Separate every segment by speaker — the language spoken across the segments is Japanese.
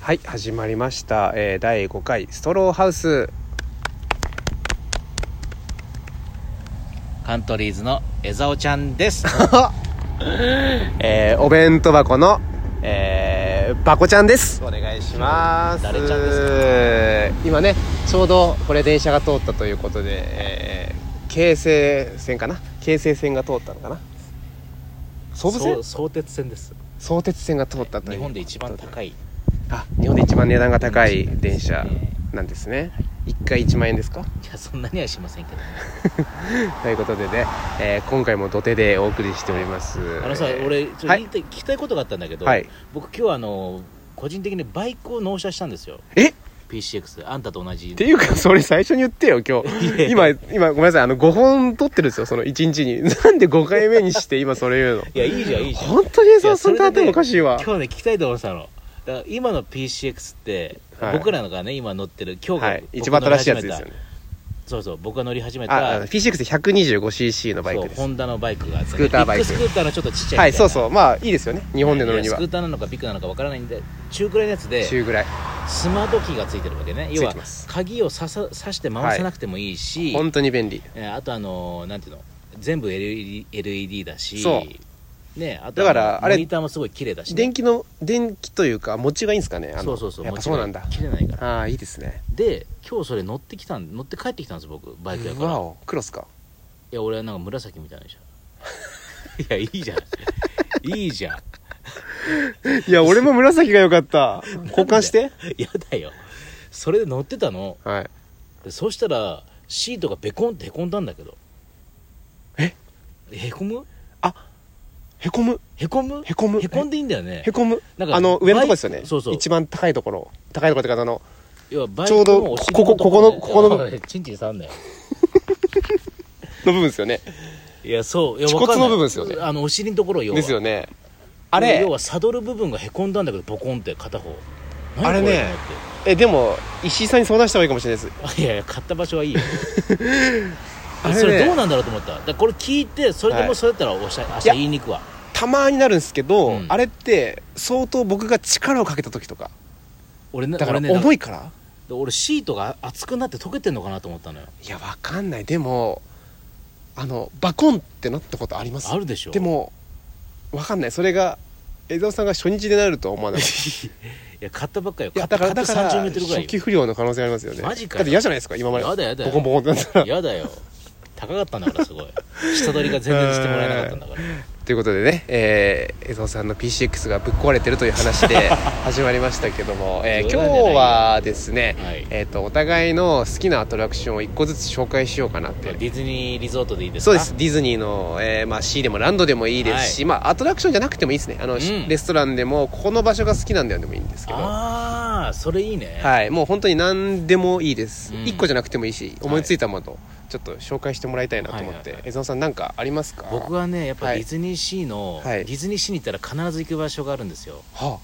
Speaker 1: はい始まりました、えー第5回ストローハウス
Speaker 2: カントリーズの江澤ちゃんです。
Speaker 1: えーお弁当箱の、えー、バコちゃんですお願いします
Speaker 2: 誰ちゃん
Speaker 1: 今ねちょうどこれ電車が通ったということで、えー京成線かな京成線が通ったのかな総武線
Speaker 2: 相鉄線です。
Speaker 1: 相鉄線が通ったとい
Speaker 2: 日
Speaker 1: う
Speaker 2: 本で一番
Speaker 1: い
Speaker 2: 高い。
Speaker 1: あ日本で一番値段が高い電車なんですね1回1万円ですか
Speaker 2: いや、そんなにはしませんけ ど。
Speaker 1: ということでね、えー今回も土手でお送りしております
Speaker 2: あのさ、
Speaker 1: えー
Speaker 2: 俺、ちょっと
Speaker 1: は
Speaker 2: 言
Speaker 1: い
Speaker 2: いたい聞きたいことがあったんだけど、
Speaker 1: はい
Speaker 2: 僕今日あの、個人的にバイクを納車したんですよ。
Speaker 1: えっ
Speaker 2: PCX。あんたと同じ。
Speaker 1: ていうかそれ最初に言ってよ今日今今ごめんなさいあの5本撮ってるんですよその1日に なんで5回目にして今それ言うの
Speaker 2: いや、いいじゃん、いいじゃん。
Speaker 1: 本当に
Speaker 2: い
Speaker 1: そ
Speaker 2: や
Speaker 1: そんな頭おかしいわ
Speaker 2: 今日ね、聞きたいと思ってたの。だから今の PCX って、
Speaker 1: はい
Speaker 2: 僕らのがね、今乗ってる、今日が、
Speaker 1: はい一番新しいやつですよね。
Speaker 2: そうそう、僕が乗り始めた、
Speaker 1: ああの PCX125cc のバイクで
Speaker 2: そうホ
Speaker 1: す
Speaker 2: ンダのバイクがあってね、
Speaker 1: スクーターバイク
Speaker 2: ビッグスクーターのちょっとちっちゃいみたいな
Speaker 1: はいそうそうまあいいですよね日本で乗るにはい
Speaker 2: やスクーターなのかビッグなのかわからないんで中くらいのやつで
Speaker 1: 中ぐらい
Speaker 2: スマートキーがついてるわけね要
Speaker 1: つい
Speaker 2: は
Speaker 1: てます
Speaker 2: 鍵をさささして回さなくてもいいし、
Speaker 1: 本当に便利
Speaker 2: えーあとあのーなんていうの全部 LED, LED だし
Speaker 1: そ
Speaker 2: ねあ
Speaker 1: だ
Speaker 2: と
Speaker 1: からあ
Speaker 2: モ
Speaker 1: れ
Speaker 2: ニターもすごい綺麗だし、ね、
Speaker 1: 電気の電気というか持ちがいいんですかねあの
Speaker 2: そうそうそう
Speaker 1: やっ
Speaker 2: も
Speaker 1: ぱ
Speaker 2: ち
Speaker 1: そ
Speaker 2: ろ
Speaker 1: うなんだ
Speaker 2: 切れないから
Speaker 1: ああいいですね
Speaker 2: で今日それ乗ってきたん乗って帰ってきたんです僕バイクやから
Speaker 1: わ
Speaker 2: い
Speaker 1: おクロスか
Speaker 2: や俺はなんか紫みたいなのじゃん いやいいじゃんいいじゃん
Speaker 1: いや俺も紫が良かった交換して
Speaker 2: やだよそれで乗ってたの
Speaker 1: はい
Speaker 2: でそしたらシートがベコンってへこんだんだけど
Speaker 1: え
Speaker 2: へこむ
Speaker 1: へこむ
Speaker 2: へこむ
Speaker 1: へこむ
Speaker 2: へこんでいいんだよね
Speaker 1: へこむ
Speaker 2: なんか
Speaker 1: あの上のとこですよ
Speaker 2: バイ
Speaker 1: ね
Speaker 2: クそうそう
Speaker 1: 一番高いところ高いところっていうかあの
Speaker 2: 要はバイ
Speaker 1: ちょう
Speaker 2: ク
Speaker 1: ど
Speaker 2: のお尻
Speaker 1: ここ
Speaker 2: とろで
Speaker 1: ここのここ
Speaker 2: おいチンチン触んなよ
Speaker 1: の部分ですよね
Speaker 2: いやそういや
Speaker 1: 恥骨
Speaker 2: わかんない
Speaker 1: の部分ですよね
Speaker 2: あのお尻のところ要は
Speaker 1: ですよねあれ
Speaker 2: 要はサドル部分がへこんだんだけどボコンって片方
Speaker 1: あれねえでも石井さんに相談した方がいいかもしれないです
Speaker 2: 何これと思ってあいやいや買った場所はいいよ
Speaker 1: あれね
Speaker 2: それどうなんだろうと思っただからこれ聞いてそれで
Speaker 1: は
Speaker 2: も
Speaker 1: い
Speaker 2: それだったらおしゃ明日
Speaker 1: いや
Speaker 2: 言いに行くわ
Speaker 1: たまになるんですけど、
Speaker 2: うん
Speaker 1: あれって相当僕が力をかけた時とか
Speaker 2: 俺ね
Speaker 1: だから
Speaker 2: 俺ね
Speaker 1: 重いから、
Speaker 2: で俺シートが熱くなって溶けてんのかなと思ったのよ
Speaker 1: いやわかんないでもあのバコンってなったことあります
Speaker 2: あるでしょ
Speaker 1: でもわかんないそれが江澤さんが初日でなるとは 思わない
Speaker 2: いや買ったばっかよ
Speaker 1: い
Speaker 2: 買
Speaker 1: や
Speaker 2: っ
Speaker 1: だ
Speaker 2: た
Speaker 1: か
Speaker 2: 買
Speaker 1: ら
Speaker 2: った
Speaker 1: だから
Speaker 2: 30メートルぐら
Speaker 1: 初
Speaker 2: い
Speaker 1: 期不良の可能性ありますよね
Speaker 2: マジかよ
Speaker 1: だって嫌じゃないですか今まで
Speaker 2: やだやだ
Speaker 1: ボコンボコンってなったら
Speaker 2: よやだよ高かったんだからすごい下取りが全然してもらえなかったんだから
Speaker 1: ということでね、えー、江蔵さんの PCX がぶっ壊れてるという話 で始まりましたけども、えー
Speaker 2: 冗
Speaker 1: 今
Speaker 2: 談じゃないよ
Speaker 1: 日はですね、
Speaker 2: はい
Speaker 1: えー、とお互いの好きなアトラクションを1個ずつ紹介しようかなっ
Speaker 2: まあ
Speaker 1: て
Speaker 2: ディズニーリゾートでいいです
Speaker 1: そ
Speaker 2: か
Speaker 1: うですディズニーの、えーまあ、シーでもランドでもいいですし、まあ、アトラクションじゃなくてもいいですねあの、
Speaker 2: うん
Speaker 1: レストランでもここの場所が好きなんだよでもいいんですけど
Speaker 2: ああそれいいね
Speaker 1: はい、もう本当に何でもいいです、
Speaker 2: うん
Speaker 1: 1個じゃなくてもいいし思いついたものをちょっと紹介してもらいたいなと思って、
Speaker 2: はいはいはい
Speaker 1: 江蔵さん何かありますか
Speaker 2: 僕
Speaker 1: は、
Speaker 2: はねやっぱ
Speaker 1: はい
Speaker 2: ディズニーシーの、
Speaker 1: はい
Speaker 2: ディズニーシーに行ったら必ず行く場所があるんですよ
Speaker 1: は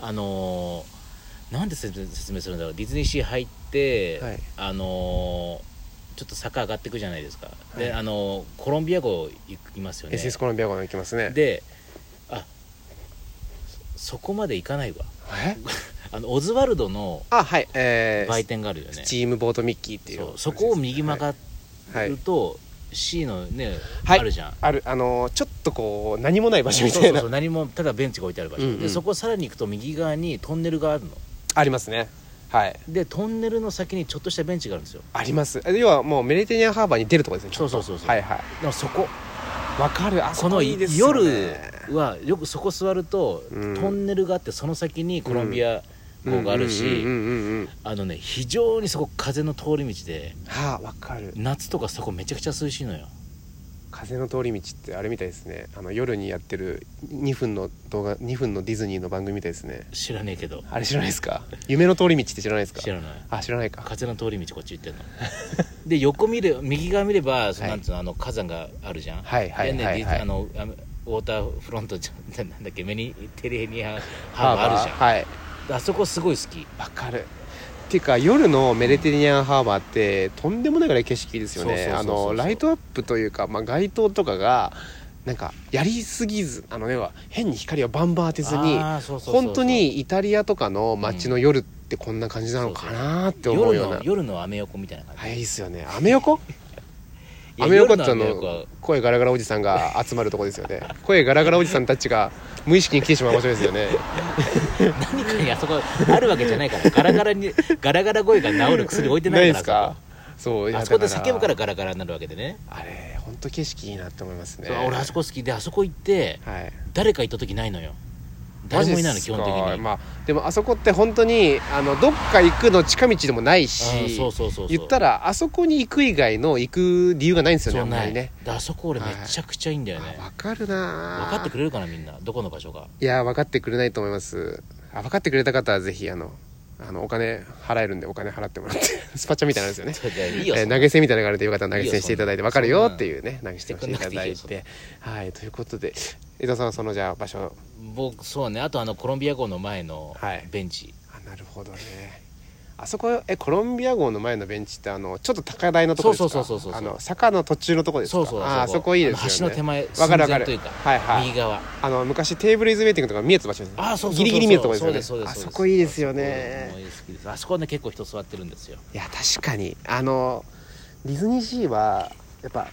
Speaker 2: あのー、なんで説明説明するんだろうディズニーシー入って、
Speaker 1: はい
Speaker 2: あのー、ちょっと坂上がっていくじゃないですか、
Speaker 1: はい
Speaker 2: であのーコロンビア号行きますよね
Speaker 1: SS コロンビア号の行きますね
Speaker 2: であそこまで行かないわ
Speaker 1: え
Speaker 2: あのオズワルドの
Speaker 1: あはいえー、
Speaker 2: 売店があるよね
Speaker 1: スチームボートミッキーっていう
Speaker 2: そうそこを右曲がっ
Speaker 1: はいは
Speaker 2: る
Speaker 1: い
Speaker 2: と、C のね、
Speaker 1: はい
Speaker 2: あるじゃん
Speaker 1: あるあのーちょっとこう何もない場所
Speaker 2: そう
Speaker 1: みた
Speaker 2: そ
Speaker 1: いうな
Speaker 2: そう何もただベンチが置いてある場所、
Speaker 1: うんうん
Speaker 2: でそこさらに行くと右側にトンネルがあるの
Speaker 1: ありますねはい
Speaker 2: でトンネルの先にちょっとしたベンチがあるんですよ
Speaker 1: ありますえ要はもうメリテニアンハーバーに出るとこですね
Speaker 2: そうそうそうそう
Speaker 1: はいはい
Speaker 2: でもそこ
Speaker 1: わかるあそ
Speaker 2: この
Speaker 1: こいいですよ、
Speaker 2: 夜
Speaker 1: ね、
Speaker 2: はよくそこ座ると、
Speaker 1: うん
Speaker 2: トンネルがあってその先にコロンビア号があるし、
Speaker 1: うんうんうんうんうん
Speaker 2: あのね非常にそこ風の通り道で
Speaker 1: はあわかる
Speaker 2: 夏とかそこめちゃくちゃ涼しいのよ
Speaker 1: 風の通り道ってあれみたいですねあの夜にやってる2分の動画2分のディズニーの番組みたいですね
Speaker 2: 知らねえけど
Speaker 1: あれ知らないです か夢の通り道って知らないですか
Speaker 2: 知らない
Speaker 1: あ知らないか
Speaker 2: 風の通り道こっち行ってんの で横見る右側見れば、その
Speaker 1: はい
Speaker 2: なんつうのあの火山があるじゃん
Speaker 1: はいはい
Speaker 2: でね
Speaker 1: はい
Speaker 2: ディ
Speaker 1: はい
Speaker 2: ズあのあのウォーターフロントじゃんなんだっけメニテレニア
Speaker 1: ハ
Speaker 2: ハー
Speaker 1: ー
Speaker 2: バーあ
Speaker 1: バ
Speaker 2: る
Speaker 1: ー
Speaker 2: じゃん、
Speaker 1: はい
Speaker 2: あそこすごい好き
Speaker 1: わかるっていうか夜のメディテニアンハーバーってとんでもないぐらい景色いいですよ
Speaker 2: そう
Speaker 1: ね
Speaker 2: そう
Speaker 1: あ
Speaker 2: そうそ
Speaker 1: の
Speaker 2: う
Speaker 1: ライトアップというか、まあ、街灯とかがなんかやりすぎずあのねは変に光をバンバン当てずに
Speaker 2: あーそうそうそうそう
Speaker 1: 本当にイタリアとかの街の夜ってこんな感じなのかなーって思う
Speaker 2: 夜
Speaker 1: ような
Speaker 2: の夜のアメ横みたいな感じ
Speaker 1: あいいっすよねアメ横
Speaker 2: いや
Speaker 1: アメ横ってあ
Speaker 2: 夜のアメ横は
Speaker 1: の声ガラガラおじさんが集まるとこですよね声ガラガラおじさんたちが無意識に来てしまう場所ですよ ね
Speaker 2: 何かにあそこあるわけじゃないからガラガラにガラガラ声が治る薬置いて
Speaker 1: な
Speaker 2: ない
Speaker 1: で
Speaker 2: いか
Speaker 1: す
Speaker 2: ら
Speaker 1: かそういや
Speaker 2: あそこで
Speaker 1: だ
Speaker 2: 叫ぶからガラガラになるわけでね
Speaker 1: あれ本当景色いいなって思いますね
Speaker 2: そう俺あそこ好きであそこ行って
Speaker 1: はい
Speaker 2: 誰か行った時ないのよ誰もいないの基本的
Speaker 1: マジっすか
Speaker 2: に
Speaker 1: まあでもあそこって本当にあのどっか行くの近道でもない
Speaker 2: うん
Speaker 1: し
Speaker 2: そうそうそうそう
Speaker 1: 言ったらあそこに行く以外の行く理由がないんですよね
Speaker 2: そ
Speaker 1: あ
Speaker 2: うん
Speaker 1: ま
Speaker 2: な
Speaker 1: り
Speaker 2: い
Speaker 1: ね
Speaker 2: であそこ俺めちゃくちゃいいんだよね
Speaker 1: あ分かるな
Speaker 2: 分かってく
Speaker 1: れ
Speaker 2: れるかなみんなどこの場所が
Speaker 1: いや分かってくれないと思いますあ分かってくれた方はぜひあのあのお金払えるんでお金払ってもらって スパチャみたいなのですよね
Speaker 2: そうじゃあいいよ
Speaker 1: え
Speaker 2: そ
Speaker 1: ー
Speaker 2: ん
Speaker 1: 投
Speaker 2: な
Speaker 1: げ銭みたいなのがあるとよかったら投げ銭していただいて
Speaker 2: いいよ
Speaker 1: 分
Speaker 2: そ
Speaker 1: か
Speaker 2: んな
Speaker 1: るよっていうね投げ銭をしていただ
Speaker 2: いい
Speaker 1: い
Speaker 2: よそんな
Speaker 1: てはいということで江田さんはそのじゃあ場所
Speaker 2: 僕そうねあとあのコロンビア号の前の
Speaker 1: はい
Speaker 2: ベンチ
Speaker 1: あなるほどねあそこえコロンビア号の前のベンチってあのちょっと高台のとこですか
Speaker 2: そうそうそうそうそう
Speaker 1: あの坂の途中のとこですか
Speaker 2: そうそう
Speaker 1: ああそこいいですよね
Speaker 2: あの橋の手前
Speaker 1: わかるわか
Speaker 2: 寸前
Speaker 1: る
Speaker 2: というか
Speaker 1: はいはい
Speaker 2: 右側
Speaker 1: あの昔テーブルイズメイティングとか見えた場所です
Speaker 2: あそうそうそうそ
Speaker 1: ギ
Speaker 2: う
Speaker 1: リギリ見えたとこですよね
Speaker 2: そうですそうです
Speaker 1: あ
Speaker 2: う
Speaker 1: そ
Speaker 2: です
Speaker 1: こいいですよ
Speaker 2: あそこ
Speaker 1: ね
Speaker 2: も好きですあそこね結構人座ってるんですよ
Speaker 1: いや確かにあのディズニーシーはやっぱ、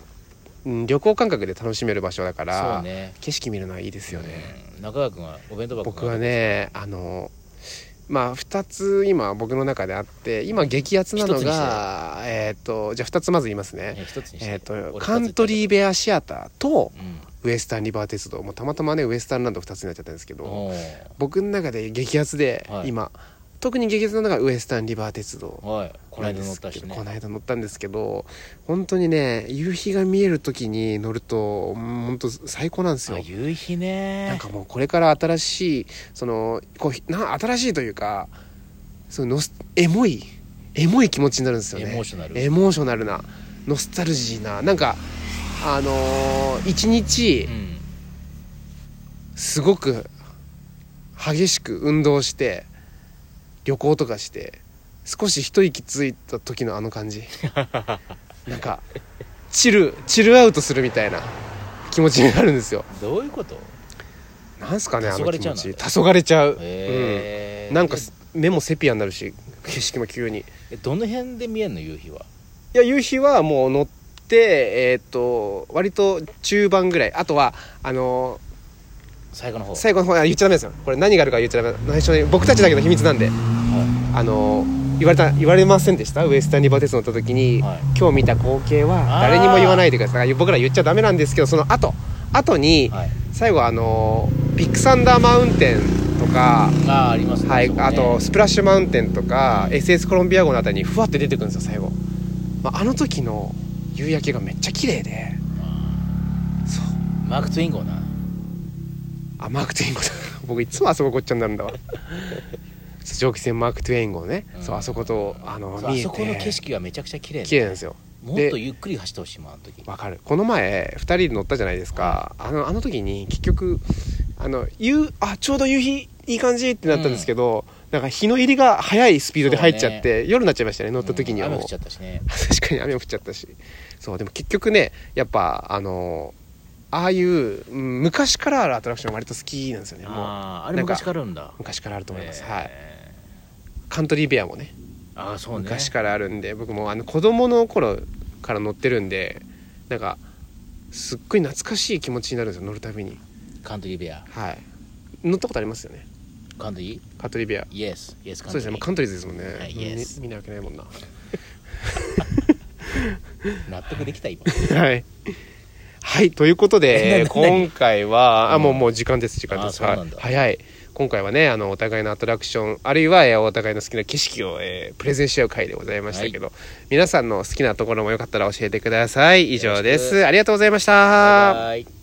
Speaker 1: うん、旅行感覚で楽しめる場所だから
Speaker 2: そうね
Speaker 1: 景色見るのはいいですよね、
Speaker 2: うん中川君はお弁当箱
Speaker 1: 僕はねあのまあ2つ今僕の中であって今激アツなの
Speaker 2: 一つにして
Speaker 1: がえっ、とじゃあ2つまず言います
Speaker 2: いや
Speaker 1: ね
Speaker 2: 一つにして
Speaker 1: えっ、と
Speaker 2: 俺
Speaker 1: カントリーベアシアターと
Speaker 2: うん
Speaker 1: ウエスタンリバー鉄道もうたまたまねウエスタンランド2つになっちゃったんですけど
Speaker 2: お
Speaker 1: 僕の中で激アツで
Speaker 2: はい
Speaker 1: 今、特に激アツなのがウエスタンリバー鉄道
Speaker 2: おいこ
Speaker 1: な
Speaker 2: の
Speaker 1: ん
Speaker 2: 間
Speaker 1: で
Speaker 2: 乗っ
Speaker 1: す
Speaker 2: た
Speaker 1: け
Speaker 2: し
Speaker 1: ど
Speaker 2: ね
Speaker 1: この間乗ったんですけど本当にね夕日が見える時に乗るとうん本当最高なんですよ
Speaker 2: あ夕日ね
Speaker 1: なんかもうこれから新しいそのこうひな新しいというかそのノスエモいエモい気持ちになるんですよね
Speaker 2: エモーショナル
Speaker 1: エモーショナルなノスタルジーななんかあのー一日
Speaker 2: うん
Speaker 1: すごく激しく運動して旅行とかして少し一息ついた時のあの感 じなんかチルチルアウトするみたいな気持ちになるんですよ
Speaker 2: どういうこと
Speaker 1: なんすかねあの
Speaker 2: 黄昏れ
Speaker 1: 気
Speaker 2: ちゃ
Speaker 1: 持
Speaker 2: うの
Speaker 1: ち黄昏れちゃう、
Speaker 2: へー
Speaker 1: うん、なんかす目もセピアになるし景色も急にい
Speaker 2: えどの辺で見えんの夕日は
Speaker 1: や夕日はもう乗ってえーっ、と割と中盤ぐらいあとはあの
Speaker 2: 最後の方
Speaker 1: ー最後の方あ言っちゃダメですよこれ何があるか言っちゃダメ内緒に僕たちだけの秘密なんで
Speaker 2: は
Speaker 1: あのー言われた言われませんでしたウエスタンリバー鉄道乗った時に、
Speaker 2: はい
Speaker 1: 今日見た光景は
Speaker 2: あー
Speaker 1: 誰にも言わないでください僕ら言っちゃダメなんですけどその後後に、
Speaker 2: いはい
Speaker 1: 最後あのービッグサンダーマウンテンとか
Speaker 2: ああありますね
Speaker 1: はい、
Speaker 2: そこね
Speaker 1: あとスプラッシュマウンテンとか SS コロンビア号のあたりにふわって出てくるんですよ最後、まあ、あの時の夕焼けがめっちゃ綺麗でそう
Speaker 2: マーク・ツインゴな
Speaker 1: あマーク・トゥエイン号だ 僕いつもあそこごっちゃになるんだわ蒸気船マーク・トゥエイン号ね、
Speaker 2: うん
Speaker 1: そうあそことあの
Speaker 2: そう
Speaker 1: 見えて
Speaker 2: あそこの景色がめちゃくちゃ綺麗ね
Speaker 1: 綺麗なんですよ
Speaker 2: もっとゆっくり走ってほしいもんあの時
Speaker 1: わかるこの前2人で乗ったじゃないですか、あのあの時に結局あの夕あちょうど夕日いい感じってなったんですけど、なんか日の入りが早いスピードで入っちゃって、夜になっちゃいましたね乗った時には
Speaker 2: うん
Speaker 1: もう、
Speaker 2: 雨降っちゃったしね
Speaker 1: 確かに雨も降っちゃったしそうでも結局ねやっぱあのああいううん昔からあるアトラクション割と好きなんですよねもう
Speaker 2: あああれ
Speaker 1: なん
Speaker 2: 昔からあるんだ
Speaker 1: 昔からあると思います、
Speaker 2: えー
Speaker 1: はいカントリーベアもね
Speaker 2: ああそうね
Speaker 1: 昔からあるんで僕もあの子供の頃から乗ってるんでなんかすっごい懐かしい気持ちになるんですよ乗るたびに
Speaker 2: カントリーベア
Speaker 1: はい乗ったことありますよね
Speaker 2: カントリー
Speaker 1: カントリーベア
Speaker 2: イエスイエスカン
Speaker 1: そう
Speaker 2: ト
Speaker 1: ですね、
Speaker 2: リ
Speaker 1: ま
Speaker 2: ー
Speaker 1: あカントリーズですもんね、
Speaker 2: はい
Speaker 1: み
Speaker 2: Yes
Speaker 1: 見なわけないもんなは
Speaker 2: 納得できた今
Speaker 1: いはいということで
Speaker 2: 何何
Speaker 1: 今回はあ
Speaker 2: うん
Speaker 1: もうもう時間です時間です
Speaker 2: あー
Speaker 1: は
Speaker 2: そう
Speaker 1: い
Speaker 2: なんだ
Speaker 1: 早い今回はねあのお互いのアトラクションあるいは、えーお互いの好きな景色を、えープレゼンし合う回でございましたけど、皆さんの好きなところもよかったら教えてください以上で
Speaker 2: よろし
Speaker 1: すありがとうございました
Speaker 2: バイバイ